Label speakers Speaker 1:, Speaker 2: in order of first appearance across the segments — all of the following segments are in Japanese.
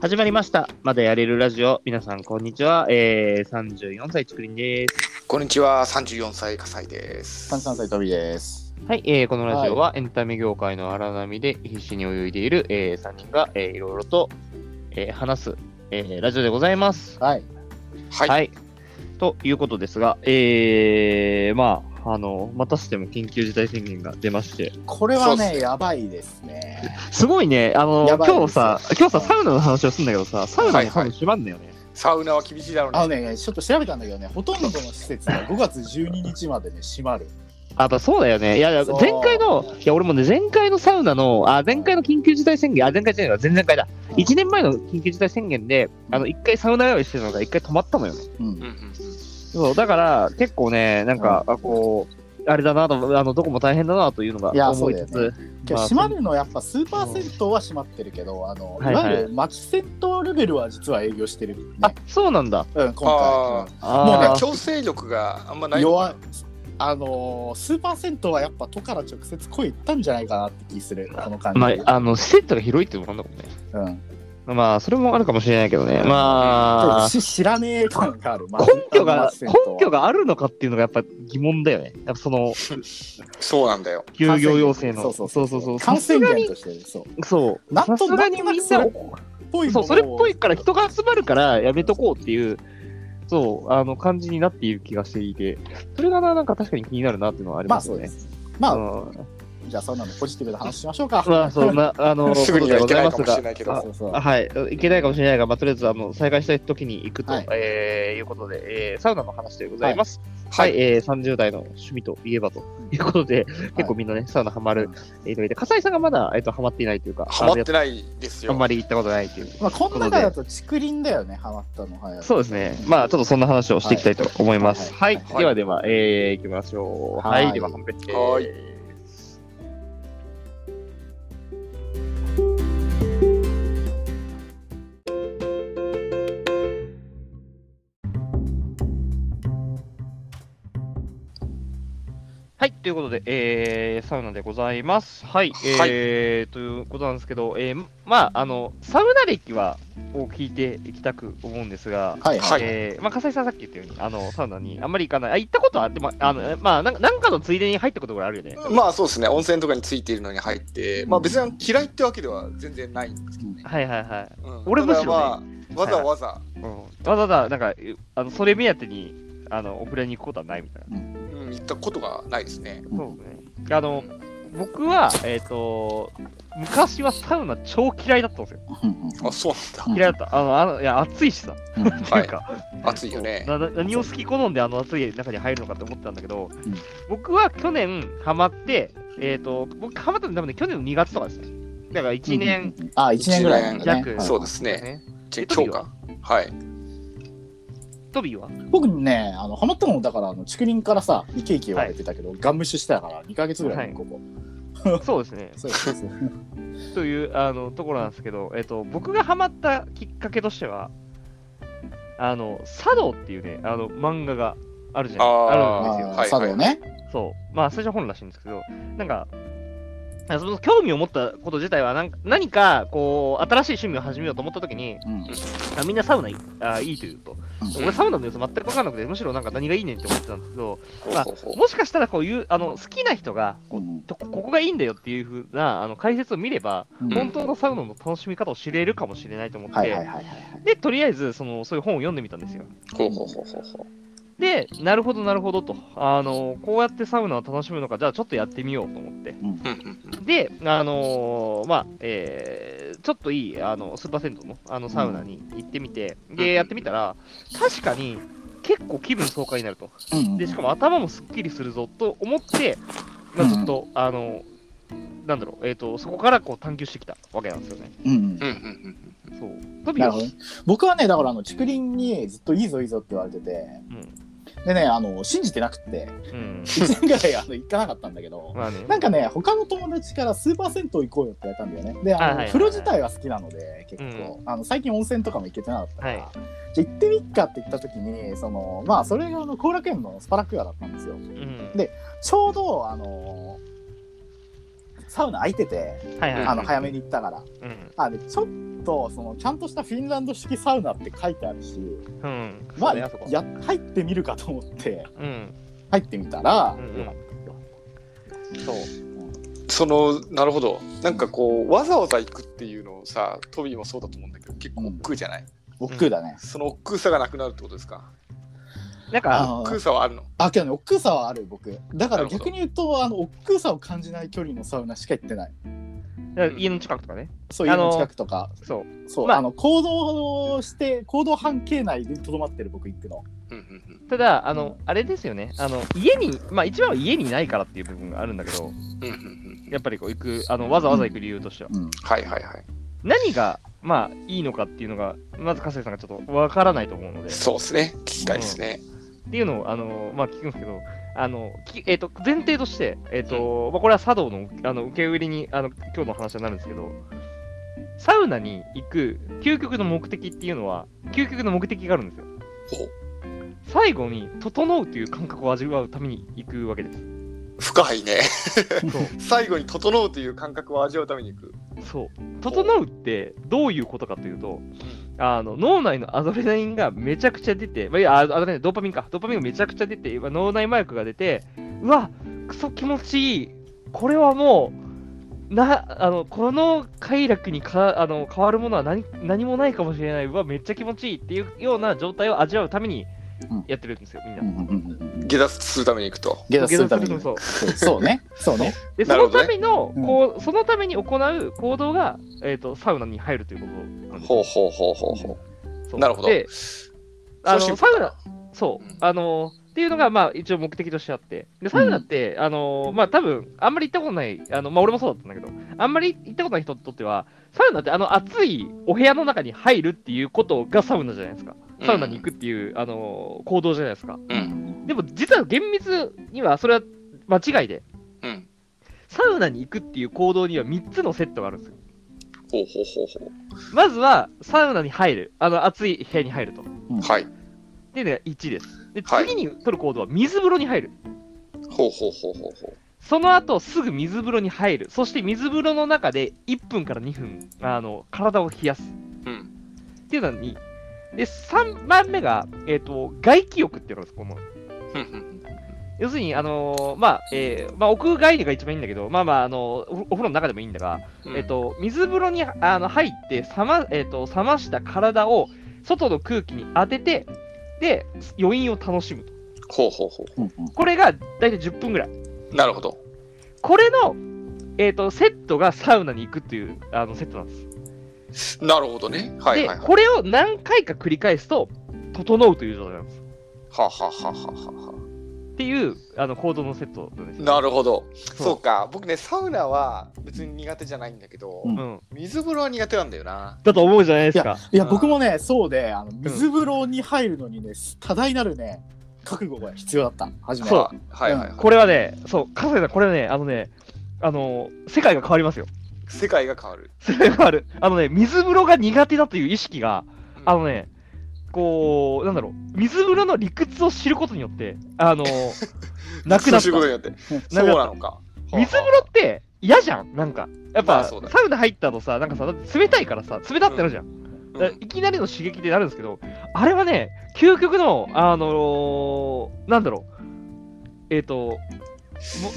Speaker 1: 始まりました。まだやれるラジオ。皆さん、こんにちは。えー、34歳、ちくりんです。
Speaker 2: こんにちは、三十四歳火災です。
Speaker 3: 33歳、トビーです。
Speaker 1: はい、えー、このラジオはエンタメ業界の荒波で必死に泳いでいる、えー、3人が、えー、いろいろと、えー、話す、えー、ラジオでございます。
Speaker 3: はい。
Speaker 2: はい、
Speaker 1: はい。ということですが、えー、まあ、あの、またしても緊急事態宣言が出まして、
Speaker 3: これは
Speaker 2: そうっ
Speaker 3: ね、
Speaker 2: すね
Speaker 3: やばいですね。
Speaker 1: すごいね、あの、
Speaker 3: やばいです
Speaker 1: 今日さ、今日さ、
Speaker 3: はい
Speaker 1: サウナの話をするんだけどさ、サウナの話閉まんだよね。
Speaker 2: サウナは厳しいだろう
Speaker 3: あの
Speaker 2: ね。
Speaker 3: ね、ちょっと調べたんだけどね、ほとんどの施設が5月12日までね、閉まる。
Speaker 1: あやっぱそうだよね。いや、いや
Speaker 3: そう
Speaker 1: 前回の、いや、俺もね、前回のサウナの、あ、前回の緊急事態宣言、あ、前回じゃないわ、前々回だ。
Speaker 3: うん
Speaker 1: 1年前の緊急事態宣言で、あの、1回サウナ用意してたのが1回止まったのよね。
Speaker 3: う
Speaker 2: うん
Speaker 3: ん。
Speaker 2: うん
Speaker 1: そう、だから、結構ね、なんか、あこう、あれだなと、あの、どこも大変だなというの
Speaker 3: い
Speaker 1: が
Speaker 3: や
Speaker 1: 思いつつ、
Speaker 3: そうだよ今日閉まるのはやっぱスーパー銭湯は閉まってるけど、あの、
Speaker 1: はい
Speaker 3: い
Speaker 1: はい
Speaker 3: わゆる町銭湯レベルは実は営業してる、ね。
Speaker 1: あ、そうなんだ。
Speaker 3: うん、
Speaker 2: あ
Speaker 3: 今
Speaker 1: あ
Speaker 3: もうね
Speaker 1: ー
Speaker 3: 今
Speaker 2: 強制力があんまな
Speaker 3: 回。
Speaker 2: い。
Speaker 3: 弱い。あのースーパー銭湯はやっぱ都から直接声いったんじゃないかなって気する、この感じ。
Speaker 1: まあ、あの、施設が広いっていうのもあんだもんね。
Speaker 3: うん、
Speaker 1: まあ、それもあるかもしれないけどね。まあ、
Speaker 3: し知らねえ感がある。
Speaker 1: 根拠が、根拠
Speaker 3: が
Speaker 1: があるのかっていうのがやっぱ疑問だよね。やっぱその、
Speaker 2: そうなんだよ。
Speaker 1: 休業要請の。
Speaker 3: そうそうそう
Speaker 1: そう
Speaker 3: 感染
Speaker 1: さすがに
Speaker 3: 源としてそう
Speaker 1: そう。
Speaker 3: なん
Speaker 1: さ
Speaker 3: と
Speaker 1: すがにみんな、
Speaker 3: なんぽいもの
Speaker 1: そう、
Speaker 3: を
Speaker 1: それっぽいから人が集まるからやめとこうっていう、そう、あの、感じになっている気がしていて、それがな、なんか確かに気になるなっていうのはあり
Speaker 3: まあ
Speaker 1: ます
Speaker 3: そう
Speaker 1: よ
Speaker 3: で
Speaker 1: ね。
Speaker 3: す。まあ、
Speaker 1: うん
Speaker 3: じゃあそんなのポジティブな話しましょうか。
Speaker 1: まあ、そんな、あの、
Speaker 2: すぐには行けないかもしれ
Speaker 1: い。
Speaker 2: ないけ
Speaker 1: あ
Speaker 2: ど。
Speaker 3: そうそう
Speaker 1: あはい、いけないかもしれないが、まあ、とりあえずあの再開したいときに行くと、
Speaker 3: はい
Speaker 1: えーいうことで、えーサウナの話でございます。は、
Speaker 2: はいい、
Speaker 1: えー30代の趣味といえばということで、結構みんなね、サウナハマる人がいて、笠井さんがまだ、えっとハマっていないというか、
Speaker 2: ハマって
Speaker 1: い
Speaker 2: ないです
Speaker 1: あ
Speaker 2: よ。
Speaker 1: んまり行ったことないという。
Speaker 3: まあ、この中だと竹林だよね、ハマったのはや。
Speaker 1: そうですね。まあ、ちょっとそんな話をしていきたいと思います。は。
Speaker 3: はいい
Speaker 2: はい
Speaker 1: ではでは、えー、行きましょう。は。
Speaker 3: はいい
Speaker 1: では、本編です。
Speaker 2: はい
Speaker 1: はい。ということで、えー、サウナでございます。はい。えー、ということなんですけど、えー、まあ、あの、サウナ歴は、を聞いていきたく思うんですが、
Speaker 3: はい
Speaker 2: は
Speaker 3: はいい。
Speaker 1: えーまあ、笠井さんさっき言ったように、あの、サウナにあんまり行かない。あ、行ったことはあって、まあ、あの、まあ、なんかなんかのついでに入ったことがあるよね。
Speaker 2: まあそうですね、温泉とかについているのに入って、まあ別に嫌いってわけでは全然ないんですけどね。
Speaker 1: はいはいはい。
Speaker 2: うん
Speaker 1: 俺むしろね
Speaker 2: ただまあ、わざわ
Speaker 1: う
Speaker 2: ざ、
Speaker 1: ん、わざわざ、なんか、えあのそれ目当てに、あの、お風呂に行くことはないみたい
Speaker 2: うん、行ったことがないですね。
Speaker 1: な。そうね。あの、僕は、えっ、と、昔はサウナ超嫌いだったんですよ。
Speaker 2: あ、そうなん
Speaker 1: 嫌いだった。あの、あのいや、暑いしさ。
Speaker 3: うん
Speaker 1: っていうか、
Speaker 2: だ。暑いよね。
Speaker 1: なな何を好き好んであの暑い中に入るのかって思ってたんだけど、
Speaker 3: うん
Speaker 1: 僕は去年ハマって、えっ、と、僕ハマったの多分ね、去年の2月とかですね。だから1年。
Speaker 3: うんあ、一年ぐらいなんだね。
Speaker 1: 一年弱
Speaker 3: はい
Speaker 2: そうです
Speaker 1: です
Speaker 2: ね。
Speaker 1: ね。
Speaker 2: じゃあ今日か。はい。
Speaker 1: トビーは
Speaker 3: 僕ね、あのハマったのもだから、あの竹林からさ、イケイケ言われてたけど、ガン無視したから、2ヶ月ぐらい
Speaker 1: はい
Speaker 3: ね、ここ。
Speaker 1: そうですね。
Speaker 3: そう そうそう。
Speaker 1: というあのところなんですけど、えっと、僕がハマったきっかけとしては、あの、茶道っていうね、あの、漫画があるじゃない
Speaker 2: あ
Speaker 1: あ
Speaker 2: ー
Speaker 1: るんですよ。
Speaker 3: あ
Speaker 2: は
Speaker 3: あ、
Speaker 2: い
Speaker 3: 佐渡ね。
Speaker 1: そう。まあ、最初は本らしいんですけど、なんか、あその興味を持ったこと自体はなんか、何か、こう、新しい趣味を始めようと思ったときに、
Speaker 3: うん
Speaker 1: あみんなサウナいいあいいというと、
Speaker 3: うん
Speaker 1: 俺サウナの様子全く分かんなくて、むしろなんか何がいいねんって思ってたんですけど、
Speaker 2: ほう
Speaker 1: まあ
Speaker 2: ほうほう
Speaker 1: もしかしたらこういう、あの、好きな人が、こう
Speaker 3: うん
Speaker 1: とここがいいんだよっていうふうなあの解説を見れば、
Speaker 3: うん
Speaker 1: 本当のサウナの楽しみ方を知れるかもしれないと思って、
Speaker 3: はいはいはいはいはい。
Speaker 1: で、とりあえずその、そういう本を読んでみたんですよ。
Speaker 2: ほうほうほうほうほう。
Speaker 1: で、なるほど、なるほどと、あのこうやってサウナを楽しむのか、じゃあちょっとやってみようと思って、
Speaker 3: うん
Speaker 2: うんうんうん
Speaker 1: で、あのーまあ、えーちょっといいあのスーパー銭湯のあのサウナに行ってみて、で、やってみたら、確かに結構気分爽快になると、
Speaker 3: うん
Speaker 1: でしかも頭もすっきりするぞと思って、まあ、ちょっと、あのなんだろう、えーと、そこからこう探求してきたわけなんですよね。
Speaker 3: うんう
Speaker 2: う
Speaker 3: ん
Speaker 2: んうんうん
Speaker 1: そうトビー
Speaker 3: な
Speaker 1: は
Speaker 3: るほどね僕はねだからあの竹林にずっといいぞいいぞって言われててでねあの信じてなくって
Speaker 1: うん、う ん
Speaker 3: 1年ぐらいあの行かなかったんだけど
Speaker 1: まあね。
Speaker 3: なんかね他の友達からスーパー銭湯行こうよって言われたんだよねで
Speaker 1: はい
Speaker 3: あ
Speaker 1: はいは
Speaker 3: の
Speaker 1: い
Speaker 3: 風呂自体は好きなので結構、あの最近温泉とかも行けてなかったから、
Speaker 1: はい
Speaker 3: じゃあ行ってみっかって言った時にそのまあそれがあの後楽園のスパラクアだったんですよ
Speaker 1: うん、
Speaker 3: でちょうどあのサウナ空いてて
Speaker 1: はいはい、
Speaker 3: あの早めに行ったから、
Speaker 1: うん、
Speaker 3: あでちょっとそのちゃんとしたフィンランド式サウナって書いてあるし
Speaker 1: うん。
Speaker 3: ま
Speaker 1: そ
Speaker 3: あ
Speaker 1: うねあそこ。
Speaker 3: や入ってみるかと思って
Speaker 1: うん。
Speaker 3: 入ってみたら、
Speaker 1: うんうん
Speaker 3: よかったよ
Speaker 1: そう。
Speaker 2: そのなるほどなんかこうわざわざ行くっていうのをさトビーもそうだと思うんだけど結構億劫じゃない、
Speaker 3: 億劫だね、
Speaker 2: その億劫さがなくなるってことですか
Speaker 1: なん
Speaker 3: あ
Speaker 1: か、
Speaker 3: の
Speaker 2: 億劫さはあるの
Speaker 3: あけどね億劫さはある僕だか
Speaker 2: な
Speaker 3: ら
Speaker 2: るほど
Speaker 3: 逆に言うとあの億劫さを感じない距離のサウナしか行ってない
Speaker 2: ん
Speaker 1: 家の近くとかね。
Speaker 3: そういう
Speaker 1: あ
Speaker 3: の
Speaker 1: の
Speaker 3: 近くとか
Speaker 1: そう。
Speaker 3: そう、
Speaker 1: まあ
Speaker 3: あ、の行動をして行動半径内でとどまってる僕行くの
Speaker 2: うんうん
Speaker 1: ただ、あの
Speaker 3: う、
Speaker 1: あれですよね。あの、家に、まあ一番は家にないからっていう部分があるんだけど、
Speaker 2: うんうんうんうんうん
Speaker 1: やっぱりこう行く、あの、わざわざ行く理由としては。
Speaker 3: うん
Speaker 2: はいはいはい
Speaker 1: 何が、まあいいのかっていうのが、まず加瀬さんがちょっとわからないと思うので。
Speaker 2: そうですね聞きたいですね、
Speaker 1: っていうのを、あのまあ、聞くんですけど、あのきえっと前提として、えっとまあ、これは茶道のあの受け売りにあの今日の話になるんですけど、サウナに行く究極の目的っていうのは、究極の目的があるんですよ。
Speaker 2: ほう
Speaker 1: 最後に、整うという感覚を味わうために行くわけです。
Speaker 2: 深いね
Speaker 1: そう
Speaker 2: 最後に整うという感覚を味わうために行く
Speaker 1: そう。整うってどういうことかというと、あの脳内のアドレナリンがめちゃくちゃ出て、まあいやあアドレナリンドーパミンか、ドーパミンがめちゃくちゃ出て、今脳内麻薬が出て、うわ、クソ気持ちいい、これはもう、なあのこの快楽にかあの変わるものは何何もないかもしれない、うわ、めっちゃ気持ちいいっていうような状態を味わうために
Speaker 3: うん
Speaker 1: やってるんですよ、みんな。
Speaker 3: うんうんうんうん
Speaker 2: 下脱するために行くと
Speaker 3: 下脱するために
Speaker 1: そう
Speaker 3: そうそうねそうね
Speaker 1: でそ
Speaker 2: なる
Speaker 1: の
Speaker 2: ほどね
Speaker 1: ための、
Speaker 3: うん
Speaker 1: こうそのために行う行動が、えー、とサウナに入るということなんですよ
Speaker 2: ほうほうほうほうほ
Speaker 1: そう
Speaker 2: なるほど
Speaker 1: であの
Speaker 2: そうしよう
Speaker 1: サウナ、そう、
Speaker 2: うん
Speaker 1: あのっていうのが、まあ、一応目的としてあって、でサウナって、あのまあ、多分あんまり行ったことない、あのまあ、俺もそうだったんだけど、あんまり行ったことない人にとっては、サウナってあの暑いお部屋の中に入るっていうことがサウナじゃないですか。
Speaker 2: う
Speaker 1: サウナに行くっていう、あの行動じゃないですか。
Speaker 2: う
Speaker 3: うんん
Speaker 1: でも、実は厳密にはそれは間違いで、
Speaker 2: うん
Speaker 1: サウナに行くっていう行動には3つのセットがあるんですよ。
Speaker 2: ほうほうほうほ
Speaker 1: まずは、サウナに入る、あの暑い部屋に入ると。
Speaker 2: うはい
Speaker 1: っていうのが1です。で、
Speaker 2: はい
Speaker 1: 次に取る行動は水風呂に入る。
Speaker 2: ほうほうほうほうほ
Speaker 1: その後すぐ水風呂に入る。そして水風呂の中で1分から2分、あの、体を冷やす。
Speaker 2: ううん
Speaker 1: っていうのに、で、3番目が、えっ、と、外気浴っていうのです、この。
Speaker 2: ふんふん
Speaker 1: 要するに、あのーまあ、えーまあ、屋外でが一番いいんだけど、まあまあ、あのお、お風呂の中でもいいんだが、
Speaker 2: ふん
Speaker 1: えっ、と、水風呂にあの入って、冷ま、えっ、と、冷ました体を外の空気に当てて、で、余韻を楽しむと。
Speaker 2: ほうほうほ
Speaker 3: うんうん
Speaker 1: これが大体10分ぐらい。
Speaker 2: うなるほど
Speaker 1: これの、えー、とセットがサウナに行くっていうあのセットなんです。
Speaker 2: なるほどねはいはい
Speaker 1: で、
Speaker 2: はい
Speaker 1: これを何回か繰り返すと、整うという状態なんです。
Speaker 2: はははははは
Speaker 1: っていうあの行動のセットなんですよ。
Speaker 2: なるほど
Speaker 1: そう
Speaker 2: そうか僕ねサウナは別に苦手じゃないんだけど、
Speaker 3: うん
Speaker 1: うん、
Speaker 2: 水風呂は苦手なんだよな
Speaker 1: だと思うじゃない
Speaker 3: い
Speaker 1: です
Speaker 3: や
Speaker 1: か。
Speaker 3: いや僕もねそうであの水風呂に入るのにね多大なるね覚悟が必要だった初め
Speaker 1: そう
Speaker 3: は
Speaker 2: あはいはいはい、
Speaker 1: これはね、そう、笠井さん、これはね、あのね、あの世界が変わりますよ。
Speaker 2: 世界が変わる
Speaker 1: 世界が変わる。あのね、水風呂が苦手だという意識が、
Speaker 2: うん
Speaker 1: あのね、こう、なんだろう、水風呂の理屈を知ることによって、あ の、なくなった。
Speaker 2: そういうことによってそうなのか
Speaker 1: 水風呂って嫌じゃんなんか。やっぱ、
Speaker 2: まあそうだね
Speaker 1: サウナ入ったのさ、なんかさ、だって冷たいからさ、冷たってなるじゃん。だからいきなりの刺激でなるんですけど、あれはね、究極の、あのーなんだろう、えっ、と、も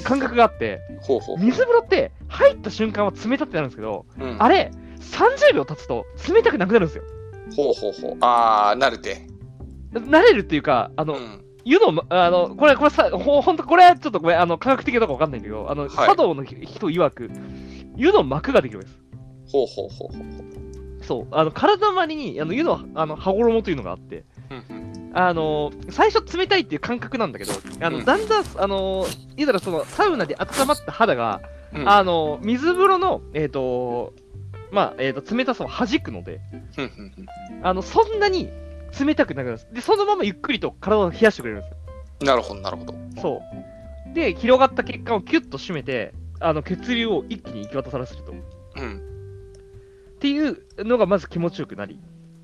Speaker 1: う感覚があって、
Speaker 2: ほうほう
Speaker 1: 水風呂って入った瞬間は冷たってなるんですけど、
Speaker 2: うん
Speaker 1: あれ、30秒経つと冷たくなくなるんですよ。
Speaker 2: ほうほうほうああ慣れて
Speaker 1: 慣れるっていうか、あ
Speaker 2: う
Speaker 1: の、
Speaker 2: ん
Speaker 1: 湯の、あの、これ、これさ、ほほんと、これはちょっとごめん、あの、科学的かどうかわかんないけど、あの、
Speaker 2: はい
Speaker 1: 茶道の人曰く、湯の膜ができるんです。
Speaker 2: ほうほうほうほうほう
Speaker 1: そう、あの体周りにあの湯のあの羽衣というのがあって、
Speaker 2: うんうん
Speaker 1: あの最初冷たいっていう感覚なんだけど、あの
Speaker 2: うん
Speaker 1: だんだん、あの言うたらそのサウナで温まった肌が、
Speaker 2: うん
Speaker 1: あの水風呂の、えーとまあえー、と冷たさを弾くので、
Speaker 2: うんうん
Speaker 1: あのそんなに冷たくなくなるんです。で、そのままゆっくりと体を冷やしてくれるんです
Speaker 2: うんなるほどなるほど
Speaker 1: よ。そう。で、広がった血管をキュッと締めて、あの血流を一気に行き渡させると。っ
Speaker 2: うん
Speaker 1: ていうのがまず気持ちよくなり、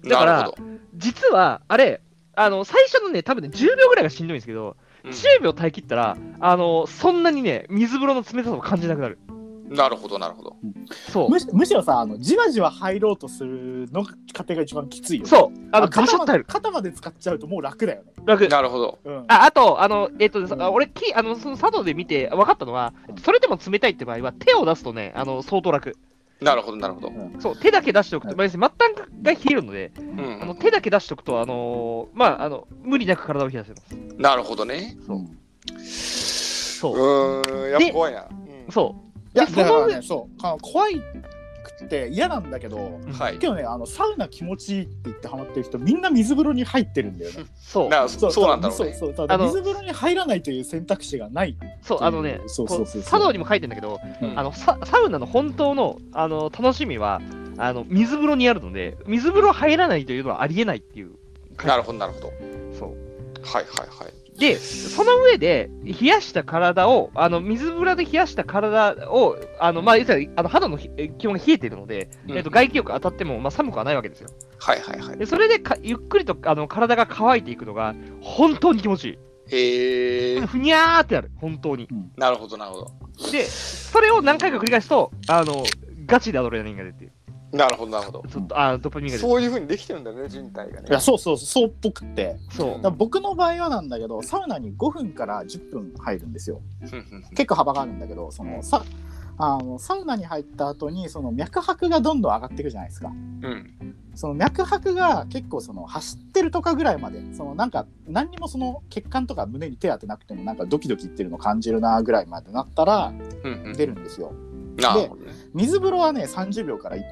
Speaker 1: だから
Speaker 2: なるほど
Speaker 1: 実は、あれ、あの、最初のね、多分ね、10秒ぐらいがしんどいんですけど、
Speaker 2: うん
Speaker 1: 10秒耐え切ったら、あの、そんなにね、水風呂の冷たさを感じなくなる。
Speaker 2: なるほど、なるほど。
Speaker 1: そ
Speaker 3: むしむしろさあのじわじわ入ろうとするのが過程が一番きついよ
Speaker 1: う。
Speaker 3: ね
Speaker 1: そう。あの、ガシ
Speaker 3: 肩
Speaker 1: ャッ
Speaker 3: ま
Speaker 1: と入
Speaker 3: で
Speaker 1: る。
Speaker 3: 肩まで使っちゃうともう楽だよね、
Speaker 1: 楽。
Speaker 2: なるほど。
Speaker 3: うん、
Speaker 1: あ、あと、あの、えっと、さ
Speaker 3: うん
Speaker 1: 俺、き、あの、その佐藤で見て分かったのは、それでも冷たいって場合は、手を出すとね、あの、相当楽。
Speaker 2: なるほど、なるほど。
Speaker 1: そう、手だけ出しておくと、まあ、要するに末端が冷えるので、
Speaker 2: う
Speaker 1: あの
Speaker 2: ん。
Speaker 1: 手だけ出しておくと、あのーまあ、あの、無理なく体を冷やせます。
Speaker 2: なるほどね。
Speaker 1: そう
Speaker 3: うん
Speaker 2: う
Speaker 1: そ
Speaker 2: ーん、やっぱ怖いな。
Speaker 1: う。そ
Speaker 3: いや
Speaker 1: で
Speaker 3: だ
Speaker 1: その
Speaker 3: からねそうあの怖いくて嫌なんだけど
Speaker 1: う。
Speaker 2: はい。
Speaker 3: けどねあのサウナ気持ちいいって言ってハマってる人みんな水風呂に入ってるんだよね
Speaker 1: そう。
Speaker 2: なそそうなんだろうね。
Speaker 3: そうそうそうだか
Speaker 1: あ
Speaker 3: ら
Speaker 1: の
Speaker 3: 水風呂に入らないという選択肢がない
Speaker 1: そう、あのね、
Speaker 3: そう
Speaker 1: こ
Speaker 3: そううそうそう
Speaker 1: 佐藤にも書いてんだけど、
Speaker 3: うん
Speaker 1: あのササウナの本当のあの楽しみはあの水風呂にあるので、水風呂入らないというのはありえないっていう。
Speaker 2: なるほど、なるほど。
Speaker 1: そう
Speaker 2: はいはいはい。
Speaker 1: で、その上で、冷やした体を、あの水風呂で冷やした体を、あのまあ、要するにあの肌のひえ基本が冷えているので、
Speaker 2: うん
Speaker 1: えっと、外気浴当たっても、まあ、寒くはないわけですよ。
Speaker 2: はいはいはい。
Speaker 1: でそれでかゆっくりとあの体が乾いていくのが、本当に気持ちい
Speaker 2: へえ
Speaker 1: い。。ふにゃーってなる、本当に。
Speaker 2: なるほど、なるほど。
Speaker 1: で、それを何回か繰り返すと、あのガチでアドレナリンが出て、
Speaker 2: なるほど、なるほど。
Speaker 1: ちょっとあドパミンが出て。
Speaker 2: そういうふうにできてるんだよね、人体が
Speaker 3: いや
Speaker 2: ね。
Speaker 3: そうそうそうっぽくって
Speaker 1: そう
Speaker 3: だから僕の場合はなんだけどサウナに5分から10分入るんですよ
Speaker 2: うんうん
Speaker 3: 結構幅があるんだけどそのさあのサウナに入った後にその脈拍がどんどん上がっていくじゃないですか
Speaker 2: うん。
Speaker 3: その脈拍が結構その走ってるとかぐらいまでそのなんか何にもその血管とか胸に手当てなくてもなんかドキドキいってるの感じるなぐらいまでなったら
Speaker 2: うんうん
Speaker 3: 出るんですよ
Speaker 2: なるほどね。
Speaker 3: 水風呂はね30秒から1分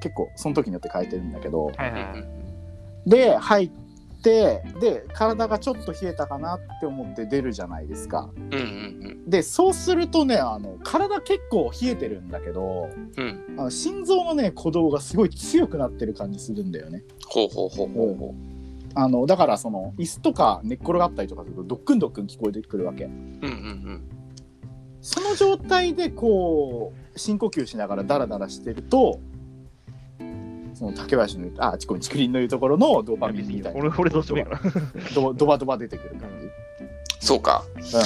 Speaker 3: 結構その時によって変えてるんだけど
Speaker 1: はいは
Speaker 2: う
Speaker 1: い
Speaker 2: ん
Speaker 1: はい。
Speaker 3: で入ってで体がちょっと冷えたかなって思って出るじゃないですか
Speaker 2: うんうん
Speaker 3: でそうするとねあの体結構冷えてるんだけど
Speaker 2: うんうん。
Speaker 3: あの心臓のね鼓動がすごい強くなってる感じするんだよね
Speaker 2: ほうほうほうほうほ
Speaker 3: あのだからその椅子とか寝っ転がったりとかするとドックンドックン聞こえてくるわけ
Speaker 2: う。うんうん
Speaker 3: その状態でこう深呼吸しながらダラダラしてるとその竹林の言うあちこ竹林の言うところのドーパミンみたいな
Speaker 1: 俺、俺どうしてもいいから。
Speaker 3: ドドバドバ出てくる感
Speaker 2: そうか。
Speaker 3: じ、うん、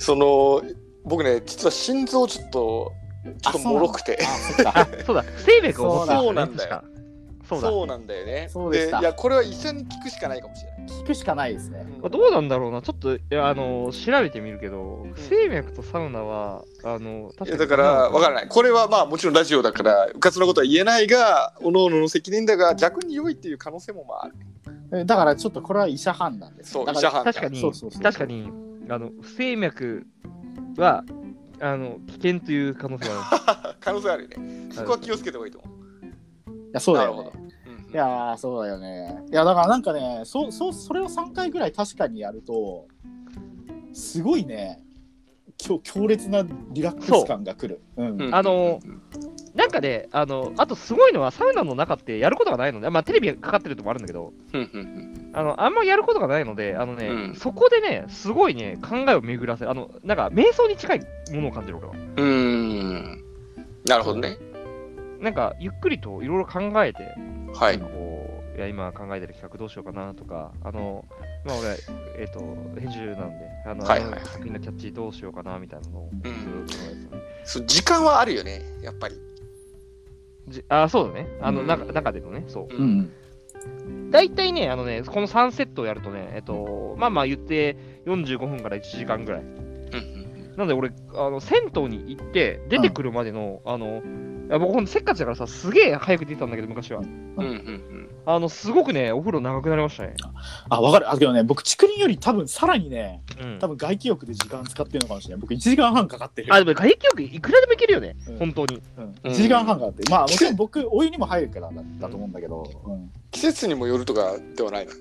Speaker 2: その、僕ね、実は心臓ちょっと、ちょっともろくて。
Speaker 3: あそっか
Speaker 1: そうだ、生命が思って
Speaker 2: そうなんだよ。
Speaker 1: そうだ。
Speaker 2: そうなんだよね。
Speaker 3: そうでした
Speaker 2: いや、これは医者に聞くしかないかもしれない。
Speaker 3: 聞くしかないですね
Speaker 1: まあどうなんだろうな、ちょっと、いやあの調べてみるけど、生脈とサウナは、あの
Speaker 2: いやだから、わからない。これはまあ、もちろんラジオだから、うかつなことは言えないが、おのおのの責任だが、逆に良いっていう可能性もまあある。
Speaker 3: えだからちょっとこれは医者判断です
Speaker 2: そう、
Speaker 3: だ
Speaker 2: 医
Speaker 3: か
Speaker 2: 者
Speaker 3: ら
Speaker 2: 判断。
Speaker 1: 確かに、
Speaker 3: そうそうそう
Speaker 1: 確かに、あの不整脈はあの危険という可能性がある。
Speaker 2: 可能性あるよね。そこは気をつけた方がいいと思う。
Speaker 3: いやそうだよ、ね、
Speaker 2: なるほうんうん
Speaker 3: いやーそうだよね。いやだからなんかねそうそうそれを3回ぐらい確かにやるとすごいね強強烈なリラックス感がくる。うん
Speaker 2: うん
Speaker 1: あの
Speaker 2: うんうん
Speaker 1: なんかね、あのあとすごいのは、サウナの中ってやることがないので、まあ、テレビがかかってるともあるんだけど、
Speaker 2: うんうんうん
Speaker 1: あのあんまやることがないので、あのね、
Speaker 2: うん
Speaker 1: そこでね、すごいね、考えを巡らせる、あのなんか瞑想に近いものを感じる、俺は。
Speaker 2: うーん。なるほどね。
Speaker 1: なんか、ゆっくりといろいろ考えて、
Speaker 2: は
Speaker 1: ないん。かこう、いや、今考えてる企画どうしようかなとか、あの、まあ俺、えっ、と、編集なんで、あの、
Speaker 2: はいはいはい
Speaker 1: あの作品のキャッチどうしようかなみたいなのを、ずーっと考えてた
Speaker 2: そう時間はあるよね、やっぱり。
Speaker 1: じあ、そうだね。あの、
Speaker 2: うん
Speaker 1: 中中でのね、そう。
Speaker 3: う。ん
Speaker 1: 大体ね、あのね、この3セットをやるとね、えっ、と、まあまあ言って45分から1時間ぐらい。
Speaker 2: うんうん
Speaker 1: なので俺、あの、銭湯に行って、出てくるまでの、あの、いや僕ほんとせっかちだからさ、すげえ早く出てたんだけど、昔は。
Speaker 2: うんうんうん
Speaker 1: あの、すごくね、お風呂長くなりましたね。
Speaker 3: あわかるあけどね僕竹林より多分さらにね
Speaker 1: うん
Speaker 3: 多分外気浴で時間使ってるのかもしれない僕1時間半かかってる。
Speaker 1: あ、でも外気浴いくらでもいけるよね、
Speaker 3: うん
Speaker 1: 本当に。
Speaker 3: うん、
Speaker 2: うん
Speaker 3: 1時間半かかってるまあもちろん僕お湯にも入るからだだと思うんだけど、うん、
Speaker 2: 季節にもよるとかではないの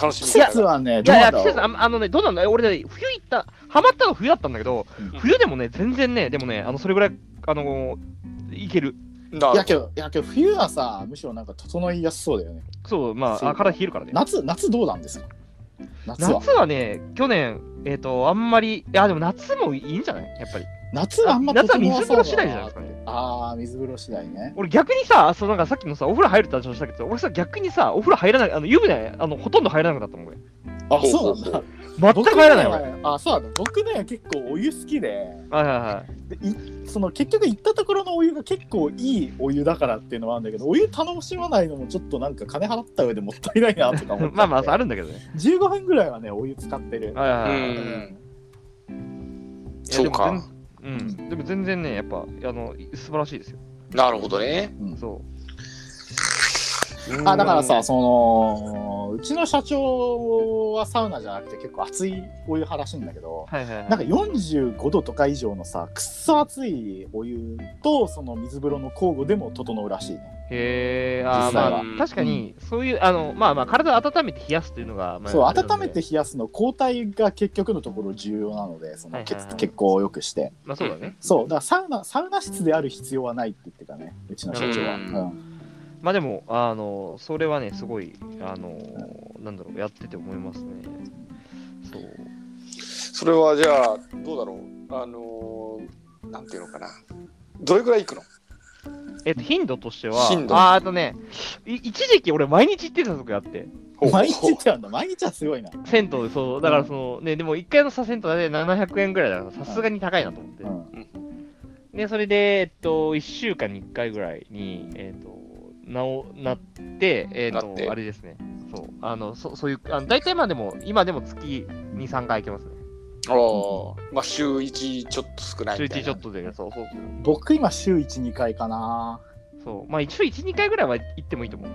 Speaker 2: 楽し
Speaker 3: 季
Speaker 2: み
Speaker 3: 節はね
Speaker 1: い
Speaker 3: どう
Speaker 1: やいや、
Speaker 3: なんだ
Speaker 1: 季節
Speaker 3: ろ
Speaker 1: あ、あのね、どうなんだ俺ね、冬行った、ハマったのは冬だったんだけど、
Speaker 3: うん
Speaker 1: 冬でもね、全然ね、でもね、あの、それぐらい、あのーいける。
Speaker 2: な
Speaker 3: ういや
Speaker 2: る
Speaker 3: けどいやけど冬はさむしろなんか整いやすそうだよね
Speaker 1: そう、ま
Speaker 3: そう
Speaker 1: あ、あ体冷えるからね。
Speaker 3: 夏夏どうなんですか夏は
Speaker 1: 夏はね、去年、えっ、と、あんまり、いや、でも夏もいいんじゃないやっぱり。
Speaker 3: 夏はあんま
Speaker 1: 夏は
Speaker 3: 整わ
Speaker 1: 水風
Speaker 3: そうだな
Speaker 1: 呂次第じゃないですかね。
Speaker 3: ああ水風呂次第ね
Speaker 1: 俺逆にさ、そのなんかさっきのさ、お風呂入るって話をしたけど、俺さ、逆にさ、お風呂入らない、あの湯船、あのほとんど入らなくなったもん、俺。
Speaker 3: あ
Speaker 2: ほう
Speaker 3: そ
Speaker 2: ほう
Speaker 3: うなんだ
Speaker 1: 全く入らないわ。
Speaker 3: 僕ねあ、そうなんだ。僕ね、結構お湯好きで、
Speaker 1: はいはい
Speaker 3: でいその結局行ったところのお湯が結構いいお湯だからっていうのはあるんだけど、お湯楽しまないのもちょっとなんか金払った上でもったいないなとか
Speaker 1: は
Speaker 3: 思っ
Speaker 1: い。
Speaker 3: て。
Speaker 1: まあまあ、そうあるんだけどね。
Speaker 3: 15分ぐらいはね、お湯使ってる。
Speaker 1: はいはいは
Speaker 2: う
Speaker 1: い。
Speaker 2: ん
Speaker 1: いや
Speaker 2: そう
Speaker 1: で
Speaker 2: か。
Speaker 1: も全うん。でも全然ね、やっぱ、あの、素晴らしいですよ。
Speaker 2: なるほどね。
Speaker 1: そ
Speaker 3: あだからさ、その、うちの社長はサウナじゃなくて結構熱いお湯派らしいんだけど、
Speaker 1: う。はいはいはい。
Speaker 3: なんか45度とか以上のさ、くっそ熱いお湯とその水風呂の交互でも整うらしいね。
Speaker 1: へえ、あー
Speaker 3: 実際
Speaker 1: ま
Speaker 2: は
Speaker 1: あ、確かに、そういう、あの、まあまあ、体を温めて冷やすというのが、まあ、
Speaker 3: そう
Speaker 1: あれな
Speaker 3: 温
Speaker 1: の
Speaker 3: め
Speaker 1: で
Speaker 3: て冷やすの抗体が結局のところ重要なのでそ
Speaker 1: は
Speaker 3: の
Speaker 1: い
Speaker 3: 血,、
Speaker 1: はいはい
Speaker 3: 血行を良くして
Speaker 1: まあ、そうだね。
Speaker 3: そうだからサウナサウナ室である必要はないって言ってたねうちの社長は、
Speaker 2: う
Speaker 3: うんん
Speaker 1: まあでも、あの、それはね、すごい、あの、なんだろう、やってて思いますね。そう。
Speaker 2: それはじゃあどうだろうあのーなんていうのかなどれぐらい行くの
Speaker 1: えっと、頻度としては、
Speaker 2: 頻度
Speaker 1: あーあとね、い一時期俺毎日行ってたとこがあって、
Speaker 3: 毎日ってやるんだ毎日はすごいな、
Speaker 1: 銭湯でそう、だからその、ね、でも一回のさ、銭湯で700円ぐらいだから、さすがに高いなと思って
Speaker 3: う。ん、
Speaker 1: で、それで、えっと、1週間に1回ぐらいに、えっと、なお、なって、えっ
Speaker 2: な
Speaker 1: と
Speaker 2: っ、て
Speaker 1: あれですね。そう、あの、そそういう、あの大体まあでも、今でも月2、3回行けますね。
Speaker 2: ああまあ週一ちょっと少ない
Speaker 1: 週
Speaker 2: みた
Speaker 1: 1
Speaker 2: い
Speaker 1: ちょ
Speaker 2: な
Speaker 1: っとで、そうそうそう。
Speaker 3: 僕今週12回かな
Speaker 1: そう、まあ一応1、2回ぐらいは行ってもいいと思う。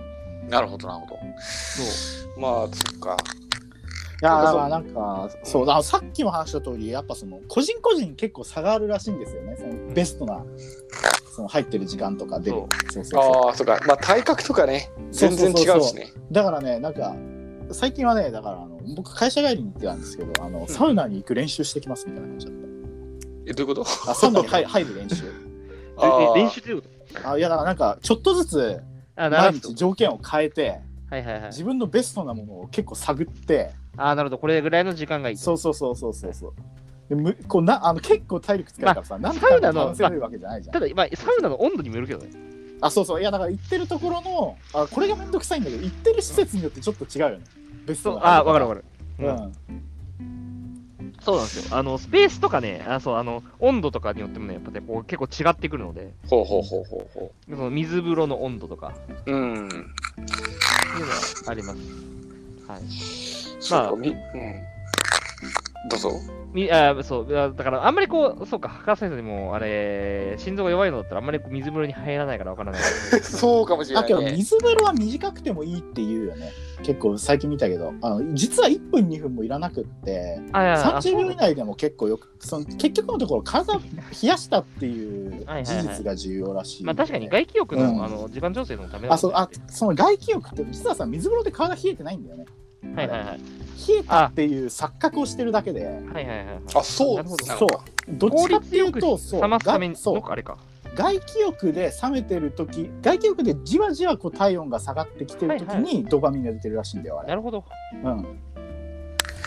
Speaker 2: なるほどなるほ
Speaker 1: そう。
Speaker 2: どまあそっか
Speaker 3: いやだからなんかそうあのさっきも話した通りやっぱその個人個人結構差があるらしいんですよねそのベストなその入ってる時間とか出る
Speaker 1: そ
Speaker 3: そうそうそう
Speaker 2: ああそっかまあ体格とかね全然違うしね
Speaker 3: だからね、なんか、最近はね、だからあの、僕、会社帰りに行ってたんですけど、あの、サウナに行く練習してきますみたいな感じだっ
Speaker 2: えどういうこと
Speaker 3: た。あサウナに入入る練習。
Speaker 1: え
Speaker 2: あ
Speaker 1: え
Speaker 2: ー
Speaker 1: 練習っていうこと
Speaker 3: あいや、だからなんか、ちょっとずつ、
Speaker 1: あ、なる
Speaker 3: 毎
Speaker 1: ほ
Speaker 3: 日
Speaker 1: ど。
Speaker 3: 条件を変えて、
Speaker 1: はいはいはい。
Speaker 3: 自分のベストなものを結構探って、
Speaker 1: あー、なるほど。これぐらいの時間がいいと。
Speaker 3: そうそうそうそうそうそう。でむこうなあの結構体力使うからさ、なんとか
Speaker 1: サウナの
Speaker 3: 楽しめるわけじゃないじゃん
Speaker 1: た。だ、まあ、サウナの温度にもよるけどね。
Speaker 3: あ、そうそう。いや、だから行ってるところの、あこれがめんどくさいんだけど、行ってる施設によってちょっと違うよね。ベス
Speaker 1: そ
Speaker 3: ト
Speaker 1: う、
Speaker 3: な
Speaker 1: あー、わかるわかる。
Speaker 3: う
Speaker 1: うん
Speaker 3: ん。
Speaker 1: そうなんですよ。あの、スペースとかね、あそう、あの、温度とかによってもね、やっぱね、こう結構違ってくるので、
Speaker 2: ほうほうほうほうほ
Speaker 1: その水風呂の温度とか、
Speaker 2: ううん
Speaker 1: いうのはあります。はい。
Speaker 2: そうかみうんどうぞ
Speaker 1: みあそう、あだから、あんまりこう、そうか、博士先生も、あれ、心臓が弱いのだったら、あんまりこう水風呂に入らないからわ からない。
Speaker 2: そうかもしれ
Speaker 3: あ
Speaker 2: な
Speaker 3: けど
Speaker 2: いね
Speaker 3: 水風呂は短くてもいいって言うよね結構最近見たけどあの実は1分2分もいらなくって
Speaker 1: あいやいやあ
Speaker 3: 30秒以内でも結構よくその結局のところ体を冷やしたっていう
Speaker 1: はいはいはい
Speaker 3: 事実が重要らしい,、
Speaker 1: まあ、確かに外気浴の,、
Speaker 3: うん
Speaker 1: あの時間調整のため
Speaker 3: あそうあその外気浴って実はさ水風呂で体冷えてないんだよね
Speaker 1: はいはいはい。
Speaker 3: 冷えたっていう錯覚をしてるだけで
Speaker 1: はいはいはいはい。
Speaker 2: あそう
Speaker 1: なるほど
Speaker 2: な
Speaker 3: そうどっち
Speaker 1: 効
Speaker 3: かって
Speaker 1: 率
Speaker 3: い
Speaker 1: よ
Speaker 3: う
Speaker 1: く
Speaker 3: とそう
Speaker 1: 冷ますため
Speaker 3: がそう
Speaker 1: のあれか。
Speaker 3: 外気浴で冷めてる時外気浴でじわじわこう体温が下がってきてる時
Speaker 1: はいは
Speaker 3: にドーパミンが出てるらしいんだよあれ
Speaker 1: なるほど。
Speaker 3: うん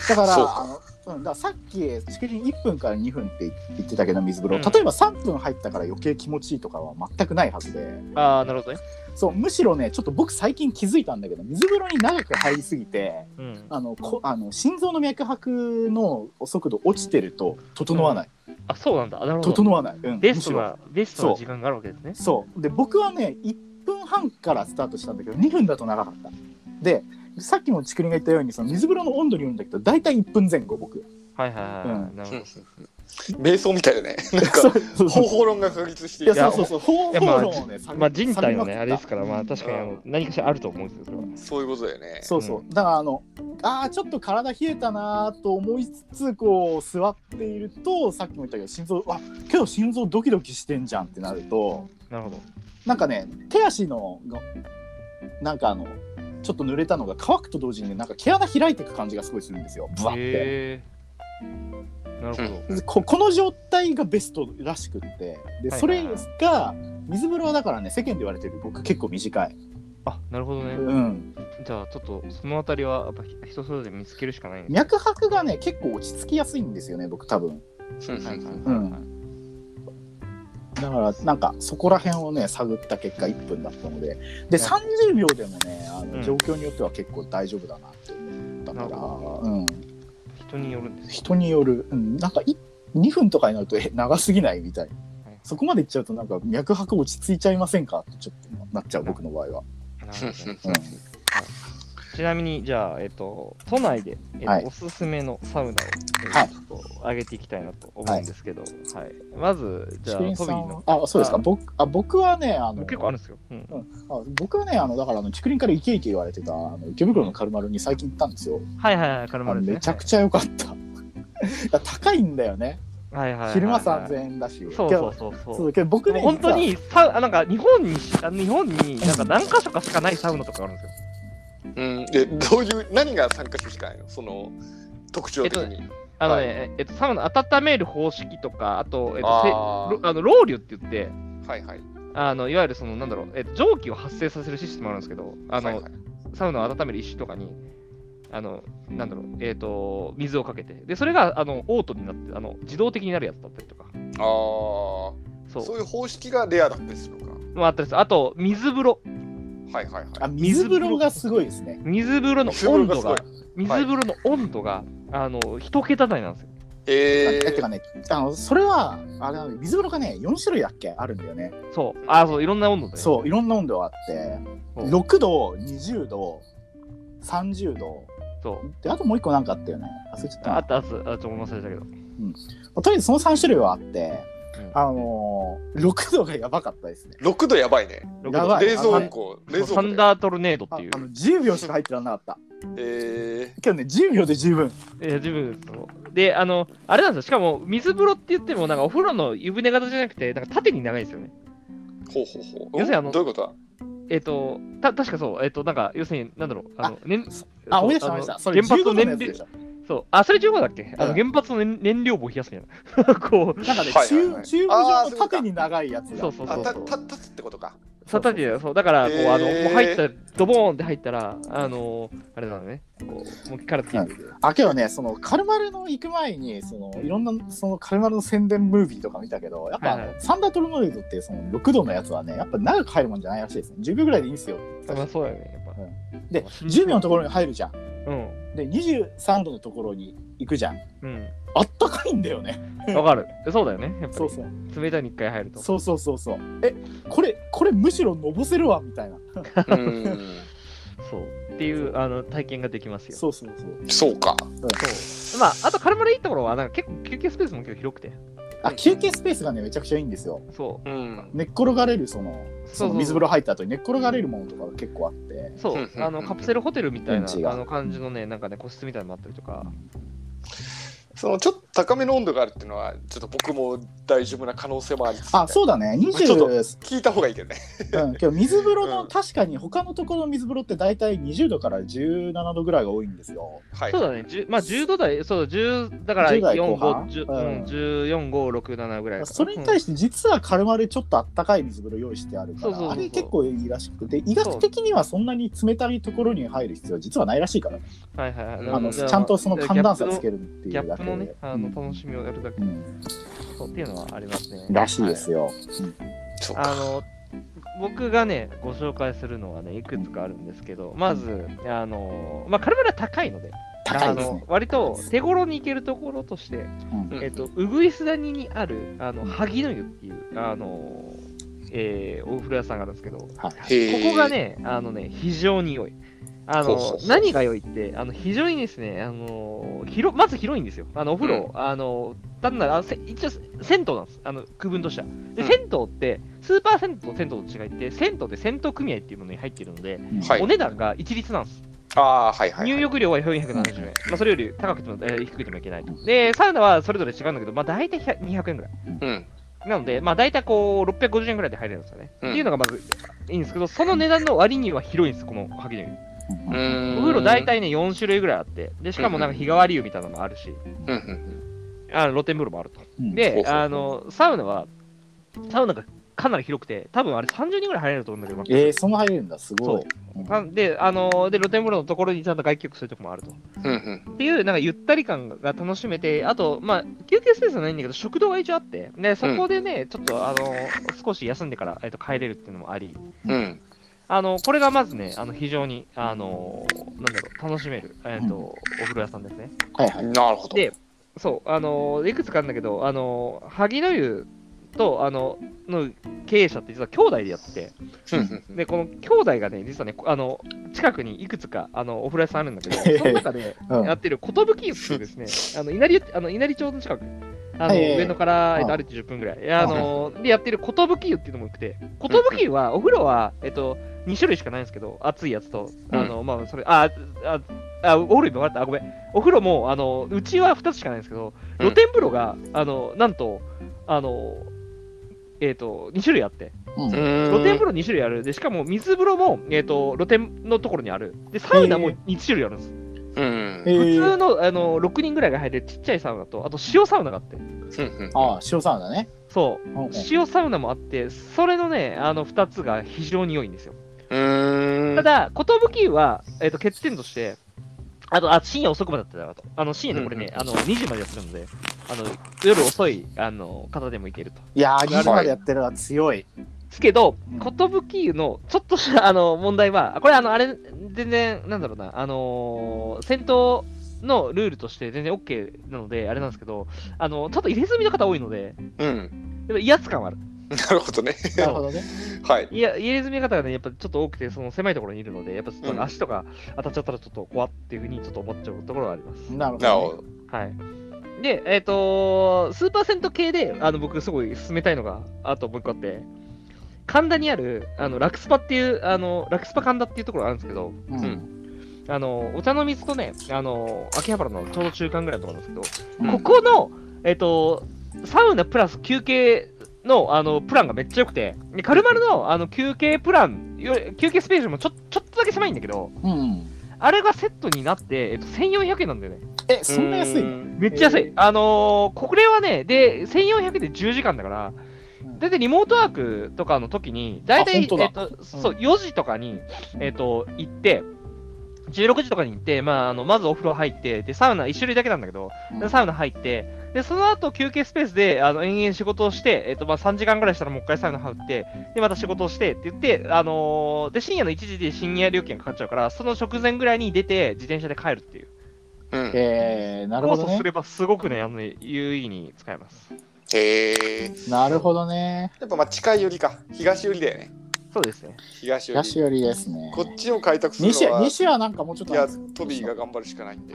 Speaker 3: だから
Speaker 2: そうか
Speaker 3: あの、うん、だからさっきしきりに1分から2分って言ってたけど水風呂、
Speaker 1: うん
Speaker 3: 例えば3分入ったから余計気持ちいいとかは全くないはずで
Speaker 1: ああ、なるほどね。
Speaker 3: そうむしろねちょっと僕最近気づいたんだけど水風呂に長く入りすぎて
Speaker 1: うん。
Speaker 3: あのこあの心臓の脈拍の速度落ちてると整わない、
Speaker 1: あ、そうなんだ。なるほど。
Speaker 3: 整わない、うん、
Speaker 1: ベスト
Speaker 3: むしろ
Speaker 1: な、ベスト
Speaker 3: そ
Speaker 1: な
Speaker 3: う
Speaker 1: 時間があるわけですね。
Speaker 3: そうで僕はね1分半からスタートしたんだけど2分だと長かったでさっきもちくりんが言ったようにその水風呂の温度によるんだけど大体1分前後僕
Speaker 1: はいはいはい。
Speaker 3: う
Speaker 1: なるほ
Speaker 2: う
Speaker 1: ど
Speaker 2: ん。瞑想みたいだねなん
Speaker 3: そ
Speaker 2: か
Speaker 3: うそうそう
Speaker 2: 方法論が確立して
Speaker 3: い
Speaker 2: い
Speaker 3: や、
Speaker 2: く
Speaker 1: や
Speaker 3: そうそうそう、方
Speaker 1: いやまあ
Speaker 3: 法論をね、
Speaker 1: まあ人体のね、あれです
Speaker 3: か
Speaker 1: から、まあ確かにあ
Speaker 2: う
Speaker 1: の何かしらあると思うんですよ、それは。
Speaker 2: そういうことだよね
Speaker 3: そうそう、だからあの、ああ、ちょっと体冷えたなーと思いつつ、こう、座っていると、さっきも言ったけど、心臓、あけど心臓ドキドキしてんじゃんってなると、
Speaker 1: なるほど。
Speaker 3: なんかね、手足の、がなんかあの、ちょっと濡れたのが乾くと同時にね、なんか毛穴開いていく感じがすごいするんですよ、ブワって。
Speaker 1: へえ。なるほど。
Speaker 3: でここの状態がベストらしくってで
Speaker 1: はい
Speaker 3: そ
Speaker 1: はい
Speaker 3: れ
Speaker 1: はい
Speaker 3: が水風呂はだからね世間で言われてる僕結構短い、
Speaker 1: あ、なるほどね。
Speaker 3: うん、
Speaker 1: じゃあちょっとそのあたりはやっぱ人それぞれ見つけるしかないね。
Speaker 3: 脈拍がね結構落ち着きやすいんですよね僕多分
Speaker 2: うんうん
Speaker 1: はいはいはいはい。
Speaker 3: うんだからなんかそこら辺をね探った結果1分だったのでで30秒でもねあ
Speaker 1: うん
Speaker 3: の状況によっては結構大丈夫だなって思ったから、うん
Speaker 1: 人によるんですよ。
Speaker 3: 人による、うん、なんかい2分とかになるとえ長すぎないみたいな
Speaker 1: はい
Speaker 3: そこまでいっちゃうとなんか脈拍落ち着いちゃいませんかってちょっとなっちゃう僕の場合は、
Speaker 1: なるほどね
Speaker 3: うん、
Speaker 1: ちなみに、じゃあ、えっと、都内で、えっと
Speaker 3: はい
Speaker 1: おすすめのサウナを、え
Speaker 3: はい
Speaker 1: ちょっと上げていきたいなと思うんですけど、はいまず、じゃあ、
Speaker 3: 竹
Speaker 1: トビ
Speaker 3: 林
Speaker 1: ー
Speaker 3: さん
Speaker 1: の。
Speaker 3: あそうですか
Speaker 1: あ
Speaker 3: 僕あ僕はねあの
Speaker 1: 結構あるんですよ。うん
Speaker 3: あ僕はねあのだからあの竹林からイケイケ言われてたあの池袋のカルマルに最近行ったんですよ、
Speaker 1: はいはいはい、カル
Speaker 3: あ
Speaker 1: マ
Speaker 3: の
Speaker 1: ルですね。
Speaker 3: めちゃくちゃ良かった、 いや高いんだよね
Speaker 1: はいはいはいはい
Speaker 3: 昼間3000円だし
Speaker 1: そう
Speaker 3: け
Speaker 1: そう
Speaker 3: ど
Speaker 1: そうそう。
Speaker 3: そうけど僕ね
Speaker 1: 本当
Speaker 3: 実は
Speaker 1: にサウあなんか日本にあ日本になんか何箇所かしかないサウナとかあるんですよ。
Speaker 2: うん、でどういう何が参加所しかないのその特徴的に、
Speaker 1: あのね、
Speaker 2: はい
Speaker 1: ええっとサウナ温める方式とかあとえっとせ
Speaker 2: あ
Speaker 1: ロあのロウリュって言って
Speaker 2: ーはいはい
Speaker 1: あのいわゆるそのなんだろうえっと蒸気を発生させるシステムあるんですけどあの、
Speaker 2: はいはい
Speaker 1: サウナを温める石とかにあのなんだろうえっ、と水をかけてでそれがあのオートになってあの自動的になるやつだったりとか
Speaker 2: あー
Speaker 1: そう
Speaker 2: そういう方式がレアだったりするのか
Speaker 1: まああったりするあと水風呂
Speaker 2: はいはいはい
Speaker 3: あ水風呂がすごいですね
Speaker 1: 水風呂の
Speaker 2: 水
Speaker 1: 温
Speaker 2: 風呂が
Speaker 1: 度
Speaker 2: すご
Speaker 1: が
Speaker 2: い
Speaker 1: 水風呂の温度が、あの一桁台なんですよ。
Speaker 2: え
Speaker 3: あて
Speaker 2: ー
Speaker 3: かねあのそれはあれなの水風呂がね4種類だっけあるんだよね
Speaker 1: そうあそういろんな温度で。
Speaker 3: そういろんな温度があって
Speaker 1: そう
Speaker 3: 6度20度30度
Speaker 1: そう
Speaker 3: であともう一個なんかあったよね忘れちゃったな
Speaker 1: あったあったあちょっと思い出したけど。
Speaker 3: まあとりあえずその3種類はあって、
Speaker 1: うん
Speaker 3: あのー、6度がやばかったですね
Speaker 2: 6度やばいね
Speaker 3: やばい
Speaker 2: 冷蔵庫冷蔵
Speaker 1: サ
Speaker 2: 庫
Speaker 1: ン
Speaker 2: で
Speaker 1: ダートルネードっ
Speaker 3: あ
Speaker 1: ていう
Speaker 3: あ。の10秒しか入ってらんなかった
Speaker 2: え
Speaker 3: けどね10秒で十分
Speaker 1: え自分そうで、あの、あれなんですよ。しかも、水風呂って言っても、なんかお風呂の湯船型じゃなくて、なんか縦に長いんですよね。
Speaker 2: ー、ほうほうほう
Speaker 1: 要するにあの
Speaker 2: んどういうことだ
Speaker 1: えっ、と、た、確かそう、えっ、と、なんか、要するに、なんだろう、あの、ね、
Speaker 3: あ
Speaker 1: そう
Speaker 3: 思い出した思い出し
Speaker 1: あ
Speaker 3: た
Speaker 1: の
Speaker 3: それ
Speaker 1: 原発の
Speaker 3: 15度の
Speaker 1: 燃
Speaker 3: やつでし
Speaker 1: 料、
Speaker 3: ょ
Speaker 1: そう、あ、それ15だっけあ
Speaker 3: う
Speaker 1: の
Speaker 3: ん
Speaker 1: 原発の燃燃料棒を冷やすみたいな。 こう、
Speaker 3: なんか
Speaker 2: は
Speaker 3: ね、
Speaker 2: いはい
Speaker 3: 中
Speaker 2: はい
Speaker 3: 中部
Speaker 2: あー
Speaker 3: 上
Speaker 2: そ
Speaker 3: の
Speaker 2: うか
Speaker 3: 縦に長いやつが
Speaker 1: そうそう
Speaker 2: あ
Speaker 1: そう
Speaker 2: た
Speaker 1: そう。
Speaker 2: た立つってことか
Speaker 1: そう縦に、そう、だから、こう、あの、
Speaker 2: へー
Speaker 1: もう入ったら、ドボーンって入ったら、あの、あれなのね、こう、もうからっていう。
Speaker 3: あけどねそのカルマルの行く前にそのいろんなそのカルマルの宣伝ムービーとか見たけどやっぱあの、
Speaker 1: はいは
Speaker 3: サンダートルノイドっていうその6度のやつはねやっぱ長く入るもんじゃないらしいですね10秒ぐらいでいいんですよって言ってたし
Speaker 1: まあ、そうだよね、やっぱ。
Speaker 3: で
Speaker 1: 死にそう
Speaker 3: 10秒のところに入るじゃん
Speaker 1: うん。
Speaker 3: で23度のところに行くじゃん
Speaker 1: う
Speaker 3: あったかいんだよね
Speaker 1: ん。わかる。そうだよね。やっぱ
Speaker 3: そう
Speaker 1: り
Speaker 3: そう
Speaker 1: 冷たいに一回入ると。
Speaker 3: そうそうそうそうえこれこれむしろのぼせるわみたいな
Speaker 2: うん
Speaker 1: そう。っていうあの体験ができますよ。そ
Speaker 3: そうそうそう
Speaker 2: そうか
Speaker 1: う。まあ、あと、軽々いいところは、なんか結構休憩スペースも結構広くて。
Speaker 3: あ休憩スペースがねめちゃくちゃいいんですよ
Speaker 1: そ
Speaker 2: うん
Speaker 3: 寝っ転がれるその
Speaker 1: う。
Speaker 3: そ
Speaker 1: そう
Speaker 3: の水風呂入った後に寝っ転がれるものとかが結構あって
Speaker 1: そううん
Speaker 2: うん
Speaker 1: あのカプセルホテルみたい
Speaker 3: ベンチ
Speaker 1: な
Speaker 3: が
Speaker 1: あの感じのね、なんかね、個室みたいなのもあったりとか、
Speaker 2: そのちょっと高めの温度があるっていうのはちょっと僕も大丈夫な可能性もありつつ
Speaker 3: あそうだね20
Speaker 2: ちょっと 聞いた方がいいけどね
Speaker 3: うん、けど水風呂の、
Speaker 2: うん
Speaker 3: 確かに他のところの水風呂って大体20度から17度ぐらいが多いんですよ。
Speaker 2: はい
Speaker 1: そうだね、じゅまあ、10度台、そうだ、10だから
Speaker 3: 10
Speaker 1: 4、
Speaker 3: 代後半
Speaker 1: 5、10うん
Speaker 3: うん
Speaker 1: 14、5、6、7ぐらいかな。
Speaker 3: それに
Speaker 1: し
Speaker 3: 対して実は軽々ちょっとあったかい水風呂用意してあるか
Speaker 1: そうそうそうそ
Speaker 3: らあ
Speaker 1: う
Speaker 3: れ結構いいらしくて医学的にはそんなに冷たいところに入る必要は実はないらしいからね、
Speaker 1: て、はいはいはい
Speaker 2: うん
Speaker 3: あの
Speaker 1: じゃ
Speaker 3: ちゃんとその寒暖差つけ
Speaker 1: る
Speaker 3: るってい
Speaker 1: ギャ
Speaker 3: う
Speaker 1: ッ
Speaker 3: だ
Speaker 1: プ
Speaker 3: け
Speaker 1: のね
Speaker 3: で、。
Speaker 1: あの楽しみをやるだけ
Speaker 3: う、ん
Speaker 1: そうっていうのはありますね。
Speaker 3: らしいですよ。
Speaker 2: そう
Speaker 1: あ
Speaker 2: か
Speaker 1: の僕がね、ご紹介するのはね、いくつかあるんですけど、まず、あのまあ、カルマラ高いので、
Speaker 3: 高
Speaker 1: あ
Speaker 3: いです
Speaker 1: の
Speaker 3: ね。
Speaker 1: 割と手頃に行けるところとして、
Speaker 2: うん
Speaker 1: えっと、うぐいす谷にある、あの、萩の湯っていう、あの、えーお風呂屋さんがあるんですけど、こ
Speaker 3: はい
Speaker 2: へー
Speaker 1: こがね、あのね、非常に良い。あ
Speaker 2: ほうほう
Speaker 1: の
Speaker 2: ほ、う
Speaker 1: 何が良いって、あの、非常にですね、あの、広、まず広いんですよ。あの、お風呂、あの、単なる、あのせ一応、銭湯なんです。あの、区分としては。で、
Speaker 2: うん
Speaker 1: 銭湯って、スーパー銭湯と銭湯の違いって、銭湯で銭湯組合っていうものに入ってるので、
Speaker 2: はい
Speaker 1: お値段が一律なんです。
Speaker 2: ああーはいはい
Speaker 1: 入浴料は470円。まあ、それより高くても、えー低くてもいけないと。で、サウナはそれぞれ違うんだけど、まあ、大体100 200円ぐらい。
Speaker 2: うん
Speaker 1: なので、まあ、大体こう、650円ぐらいで入れるんですよね。
Speaker 2: うん
Speaker 1: っていうのがまずいいんですけど、その値段の割には広いんです、この萩の湯。
Speaker 3: うん
Speaker 2: うん
Speaker 1: お風呂大体ね、4種類ぐらいあって、で、しかもなんか日替わり湯みたいなのもあるし、
Speaker 2: うんうん
Speaker 1: あの露天風呂もあると。
Speaker 3: うん
Speaker 2: ほう
Speaker 1: で、
Speaker 2: ほう
Speaker 1: あの、サウナは、サウナがかなり広くて、多分あれ30人ぐらい入れると思うんだけど、
Speaker 3: えー、そんな入れるんだすごい。うん
Speaker 1: なで、あの、で、露天風呂のところにちゃんと外局するとこもあると。
Speaker 2: うんうん
Speaker 1: っていう、なんかゆったり感が楽しめて、あと、まあ、休憩スペースはないんだけど、食堂が一応あって、で、そこでね、ちょっと、あの、少し休んでから、えっと、帰れるっていうのもあり、
Speaker 2: うん
Speaker 1: あの、これがまずね、あの、非常に、あの、なんだろう、楽しめる、えっ、と、お風呂屋さんですね。
Speaker 3: はいはい。
Speaker 2: なるほど。
Speaker 1: でそう、あの、いくつかあるんだけど、あの、萩野湯と、あの、の経営者って実は兄弟でやってて、
Speaker 2: うんうん
Speaker 1: で、この兄弟がね、実はね、こあの、近くにいくつか、あの、お風呂屋さんあるんだけど、その中で、
Speaker 3: うん
Speaker 1: やってる寿湯っていうですね、あの稲荷あの稲荷町の近く、あの
Speaker 3: はいはいはい
Speaker 1: 上野から、えっと
Speaker 3: う
Speaker 1: 歩いて10分ぐらい、いやあのでやってる寿湯っていうのもよくて、寿湯はお風呂は、えっと、2種類しかないんですけど、熱いやつと、あのまあ、それ、あ、あ、あ、お風呂今分かった、あごめん、お風呂も、あのうちは2つしかないんですけど、露天風呂が、あのなんと、あの、えっと、2種類あって、
Speaker 3: うん
Speaker 1: 露天風
Speaker 2: 呂
Speaker 1: 呂2種類ある、でしかも水風呂も、えっと露天のところにある、でサウナも1種類あるんです。
Speaker 2: うん
Speaker 3: え
Speaker 1: 普通
Speaker 3: ー、
Speaker 1: のあの6人ぐらいが入れるちっちゃいサウナと、あと塩サウナがあって、
Speaker 2: うん
Speaker 3: ああ、塩サウナね。
Speaker 1: そ
Speaker 3: うんうん
Speaker 1: う、塩サウナもあって、それのね、あの2つが非常に良いんですよ。
Speaker 2: うん
Speaker 1: ただ、寿湯は、えっと欠点として、あとあ深夜遅くまでだったらと、あの深夜ね、これね、あの2時までやってるので、あの夜遅いあの方でも行けると。
Speaker 3: いやー、2時までやってるのは強い。
Speaker 1: ですけど
Speaker 3: うん、
Speaker 1: 寿湯のちょっとしたあの問題は、これ、あのあれ、全然、なんだろうな、あのー戦闘のルールとして全然 OK なので、あれなんですけど、あのちょっと入れ墨の方多いので、
Speaker 2: うん
Speaker 1: やっぱ威圧感はある。
Speaker 2: なるほどね。
Speaker 3: なるほどね。
Speaker 2: はい。
Speaker 1: いや、入れ墨の方がね、やっぱちょっと多くて、その狭いところにいるので、やっぱちょっ
Speaker 2: うん
Speaker 1: と足とか当たっちゃったらちょっと怖っていうふうにちょっと思っちゃうところはあります。
Speaker 3: なるほ
Speaker 2: なる
Speaker 3: ど
Speaker 2: ほ
Speaker 3: ね。
Speaker 2: ど。
Speaker 1: はい。で、えっ、とスーパー銭湯系で、あの、僕すごい勧めたいのが、あともう一個あって、神田にある、あの、ラクスパっていう、あの、ラクスパ神田っていうところがあるんですけど、
Speaker 3: うん
Speaker 2: うん
Speaker 1: あの、お茶の水とね、あの、秋葉原のちょうど中間ぐらいのところなんですけど、
Speaker 3: うん
Speaker 1: ここの、えっ、と、サウナプラス休憩の、あの、プランがめっちゃ良くて、でカルマルの、あの、休憩プラン、よ休憩スペースもちょちょっとだけ狭いんだけど、
Speaker 3: うん。
Speaker 1: あれがセットになって、えっと、1400円なんだよね。
Speaker 3: え、そんな安いの
Speaker 2: うん
Speaker 1: めっちゃ安い。
Speaker 3: えー
Speaker 1: あのーこれはね、で、1400で10時間だから、
Speaker 3: うん
Speaker 1: だいたいリモートワークとかの時に、だいたい、え
Speaker 3: あ本当だ
Speaker 1: っと、そう、4時とかに、えっと、行って、16時とかに行って、まあ、あの、まずお風呂入って、で、サウナ1種類だけなんだけど、
Speaker 3: うん
Speaker 1: でサウナ入って、で、その後休憩スペースで、あの、延々仕事をして、えっと、まあ、3時間ぐらいしたらもう一回サウナ入って、で、また仕事をしてって言って、あのーで、深夜の1時で深夜料金がかかっちゃうから、その直前ぐらいに出て、自転車で帰るっていう。
Speaker 2: うん
Speaker 3: えー、なるほ
Speaker 1: コース
Speaker 3: ど
Speaker 1: を
Speaker 3: ね
Speaker 1: す。ればすごくね、あのね有意義に使えます。
Speaker 2: へえ。
Speaker 3: なるほどね。
Speaker 2: やっぱまあ近い寄りか。東寄りだよね。
Speaker 1: そうですね。
Speaker 2: 東寄
Speaker 3: 東
Speaker 2: り。
Speaker 3: 寄りですね。
Speaker 2: こっちを開拓する
Speaker 3: 西
Speaker 2: の
Speaker 3: は
Speaker 2: は、い
Speaker 3: 西はなんかもうちょっと
Speaker 2: や、トビーが頑張るしかないんで。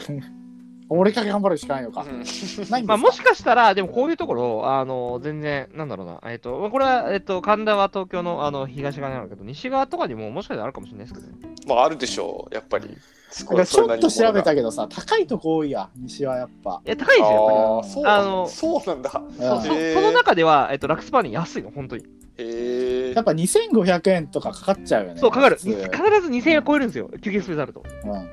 Speaker 3: 俺かけ頑張るしかないのか。
Speaker 2: うん
Speaker 3: ないんですか
Speaker 1: まあ、もしかしたら、でもこういうところ、あの全然、なんだろうな、えっ、と、まあこれは、えっ、と、神田は東京のあの東側にあるけど、西側とかにももしかしたらあるかもしれないですけどね。
Speaker 2: まああるでしょう、やっぱり。そ
Speaker 3: な
Speaker 2: こは
Speaker 3: んかち
Speaker 2: それ
Speaker 3: ょ
Speaker 2: なりの
Speaker 3: っと
Speaker 2: もの
Speaker 3: 調
Speaker 2: が
Speaker 3: べたけどさ、高いとこ多いや、西はやっぱ。
Speaker 1: え、高いですよ、
Speaker 2: ああ、そうな
Speaker 1: あ
Speaker 2: ん
Speaker 1: の
Speaker 2: そうなんだ。
Speaker 1: やっぱり。そう
Speaker 2: へー
Speaker 1: そその中では、えっ、と、ラクスパーに安いの、本当に。
Speaker 2: へえ
Speaker 3: やっ。ぱ2500円とかかかっちゃうよね。
Speaker 1: そう、かかる。
Speaker 3: 普
Speaker 1: 必ず
Speaker 3: 通
Speaker 1: 2000円超えるんですよ、休憩スペースあると。
Speaker 3: うん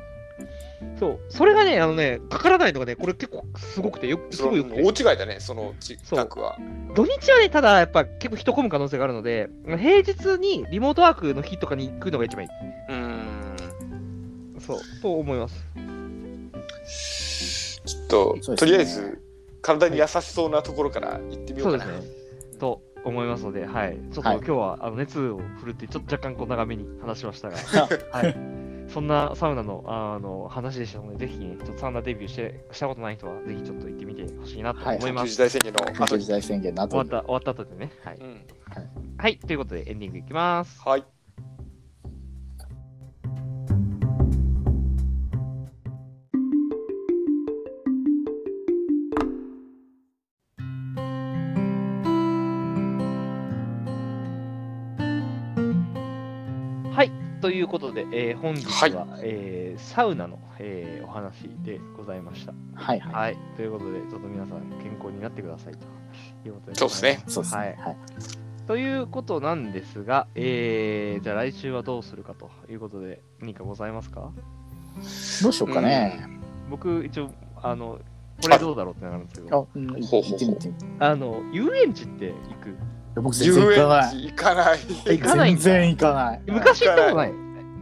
Speaker 1: そう、それがね、あのね、かからないのがね、これ結構すごくて、よす
Speaker 2: その
Speaker 1: ごいよくて
Speaker 2: 大違いだね、そのち
Speaker 1: そう
Speaker 2: 額は。
Speaker 1: 土日はね、ただやっぱ結構人混む可能性があるので、平日にリモートワークの日とかに行くのが一番いい。
Speaker 2: うーん。
Speaker 1: そう、と思います。
Speaker 2: ちょっと、
Speaker 3: そうですね
Speaker 2: とりあえず、体に優しそうなところから行ってみよ
Speaker 1: そうで
Speaker 2: うか
Speaker 1: す
Speaker 2: な。
Speaker 1: ね。と思いますので、はい。ちょっと
Speaker 3: はい
Speaker 1: 今日は、あの熱を振るって、ちょっと若干こう長めに話しま したが、はい。そんなサウナのあの話でしたので、ぜひね、ちょっとサウナデビューしてしたことない人は、ぜひちょっと行ってみてほしいなと思い
Speaker 2: 緊
Speaker 1: ま
Speaker 2: 急
Speaker 1: す。
Speaker 2: 事態宣言の
Speaker 3: 緊
Speaker 2: 後
Speaker 3: 急
Speaker 2: に
Speaker 3: 事。態宣言の後に
Speaker 1: 終わった、終わった後でね。はい。
Speaker 2: うん
Speaker 1: はい、ということでエンディングいきます。
Speaker 2: はい。
Speaker 1: はい、ということで、えー本日は、
Speaker 2: はい
Speaker 1: えーサウナの、えーお話でございました。
Speaker 3: はいはい。
Speaker 1: はい、ということで、ちょっと皆さん健康になってくださいということで。
Speaker 2: そうですね。
Speaker 3: そうですね。
Speaker 1: は
Speaker 3: はいい。
Speaker 1: ということなんですが、えー、じゃあ来週はどうするかということで、何かございますか
Speaker 3: どうしようかね。
Speaker 1: 僕、一応、あの、これどうだろうってなるんですけ
Speaker 3: あ、
Speaker 1: ど、
Speaker 3: うん、行
Speaker 2: ほうほうほう
Speaker 3: ってみてみて。い
Speaker 1: あの、遊園地って行く
Speaker 3: や僕全
Speaker 2: 遊
Speaker 3: 然行か
Speaker 2: 園
Speaker 3: ない。
Speaker 2: 地行かない。
Speaker 1: 行かないん
Speaker 3: 全
Speaker 1: だ
Speaker 3: 然行かない。
Speaker 1: 昔行ったことない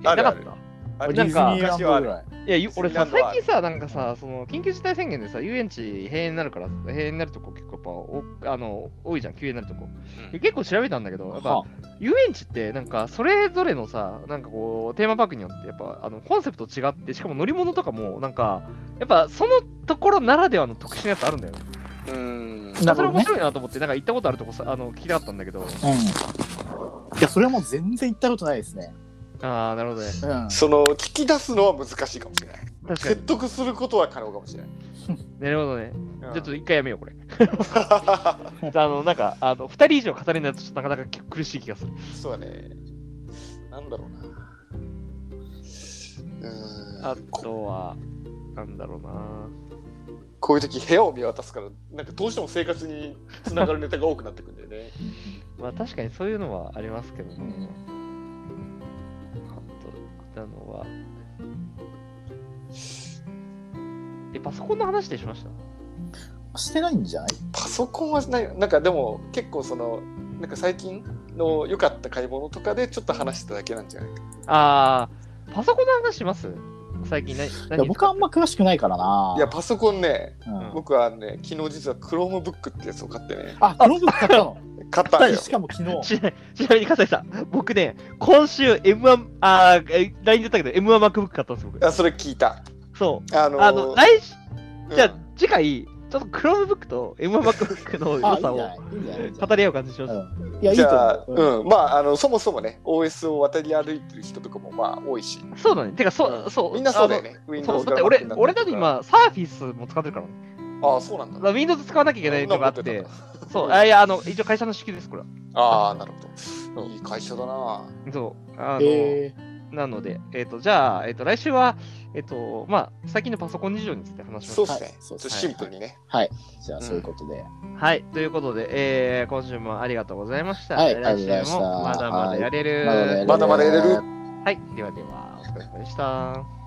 Speaker 2: あ
Speaker 1: な
Speaker 2: る
Speaker 1: か
Speaker 2: あ
Speaker 1: っ
Speaker 2: る
Speaker 1: た
Speaker 2: あ
Speaker 1: な
Speaker 3: ディ
Speaker 1: ん
Speaker 3: ズニ
Speaker 1: か
Speaker 3: ーランドぐらい。
Speaker 1: いやゆ俺さ
Speaker 2: フィンランドは
Speaker 1: 最近さなんかさその緊急事態宣言でさ遊園地閉園になるから閉園になるとこ結構やっぱおあの多いじゃん休園になるとこで結構調べたんだけどやっぱ
Speaker 3: は
Speaker 1: 遊園地ってなんかそれぞれのさなんかこうテーマパークによってやっぱあのコンセプト違ってしかも乗り物とかもなんかやっぱそのところならではの特殊なやつあるんだよね
Speaker 2: うん
Speaker 3: な
Speaker 1: それ
Speaker 3: るほどね
Speaker 1: 面白いなと思ってなんか行ったことあるとこさあの聞いたかったんだけ ど
Speaker 3: うん。いや、それはもう全然行ったことないですね。
Speaker 1: ああなるほどね
Speaker 3: うん。
Speaker 2: その聞き出すのは難しいかもしれない
Speaker 1: 確か
Speaker 2: 説
Speaker 1: に
Speaker 2: 得することは可能かもしれない、
Speaker 1: なるほどね
Speaker 2: うん
Speaker 1: ちょっと一回やめようこれ
Speaker 2: そ
Speaker 1: あのなんかあの2人以上語れないとちょっとなかなか苦しい気がする
Speaker 2: うだね。なんだろうな。うーん
Speaker 1: あ
Speaker 2: こと
Speaker 1: はなんだろうな
Speaker 2: こういう時部屋を見渡すから、なんかどうしても生活につながるネタが多くなってくるんだよ ね。
Speaker 1: まあ確かにそういうのはありますけど
Speaker 3: う
Speaker 1: ね。
Speaker 3: ん
Speaker 1: あと、なのは。え、パソコンの話でしました
Speaker 3: してないんじゃない
Speaker 2: パソコンはないよなんかでも結構その、なんか最近の良かった買い物とかでちょっと話してただけなんじゃないか。
Speaker 1: あー、パソコンの話します最近何
Speaker 3: い
Speaker 1: 何
Speaker 3: や、僕はあんま詳しくないからない
Speaker 2: や、パソコンね、
Speaker 3: うん
Speaker 2: 僕はね、昨日実は Chromebook ってやつを買ってね、
Speaker 3: あ、クローブ買ったの。
Speaker 2: 買ったんよ
Speaker 3: し。かも昨日。
Speaker 1: ちなちなみに、笠井さん、僕ね、今週 M1、あー、え LINE で言ったけど、M1MacBook 買ったんです、僕。
Speaker 2: あそれ聞いた。
Speaker 1: そ
Speaker 2: あの
Speaker 1: う。
Speaker 2: ー
Speaker 1: あの、来週、
Speaker 2: うん
Speaker 1: じゃあ次回、ちょっと Chromebook と M1MacBook の 良
Speaker 3: あ、いいんじ
Speaker 1: さ
Speaker 3: ゃ
Speaker 1: を
Speaker 3: ないいいんじゃないいいんじゃ
Speaker 1: 語り合う感じにします。
Speaker 3: ないうんいや、いい
Speaker 2: じ
Speaker 3: と
Speaker 2: ゃあ、
Speaker 3: 思う。
Speaker 2: うん、まあ、あの、そもそもね、OS を渡り歩いてる人とかも、まあ、多いし。
Speaker 1: そうだね。てか、そう、そう。
Speaker 2: みんなそうだよね。
Speaker 1: そう
Speaker 2: Windows
Speaker 1: だって
Speaker 2: が
Speaker 1: 俺
Speaker 2: Mac にな
Speaker 1: 俺
Speaker 2: て
Speaker 1: だっ
Speaker 2: る
Speaker 1: て
Speaker 2: から。
Speaker 1: 今、サーフィスも使ってるからね。
Speaker 2: ああ、そうなん
Speaker 1: だ
Speaker 2: だ。
Speaker 1: から Windows 使わなきゃいけないのがあっ
Speaker 2: そんな
Speaker 1: て
Speaker 2: こ、
Speaker 1: そう、あいや、あの、一応会社の支給です、これは。
Speaker 2: ああ、なるほど。いい会社だな。
Speaker 1: そう、あの、
Speaker 3: え
Speaker 1: なので、えっ、と、じゃあ、えっ、と、来週は、えっ、と、まあ、最近のパソコン事情について話しまし
Speaker 2: そ
Speaker 1: ょ
Speaker 2: うですね
Speaker 3: はい。
Speaker 2: ち
Speaker 3: そ
Speaker 2: ょ
Speaker 3: う
Speaker 2: っ
Speaker 3: です
Speaker 2: と
Speaker 3: ね
Speaker 2: シンプルにね。
Speaker 3: はい。じゃあ、そういうことで。
Speaker 1: う。はい、ということで、えー、今週もありがとうございました。
Speaker 3: はいあ
Speaker 1: 来
Speaker 3: り
Speaker 1: 週
Speaker 3: がとうございました
Speaker 1: もまだまだやれる。
Speaker 3: まだまだやれる
Speaker 2: まだまだやれる。
Speaker 1: はい、ではでは、お疲れ様でした。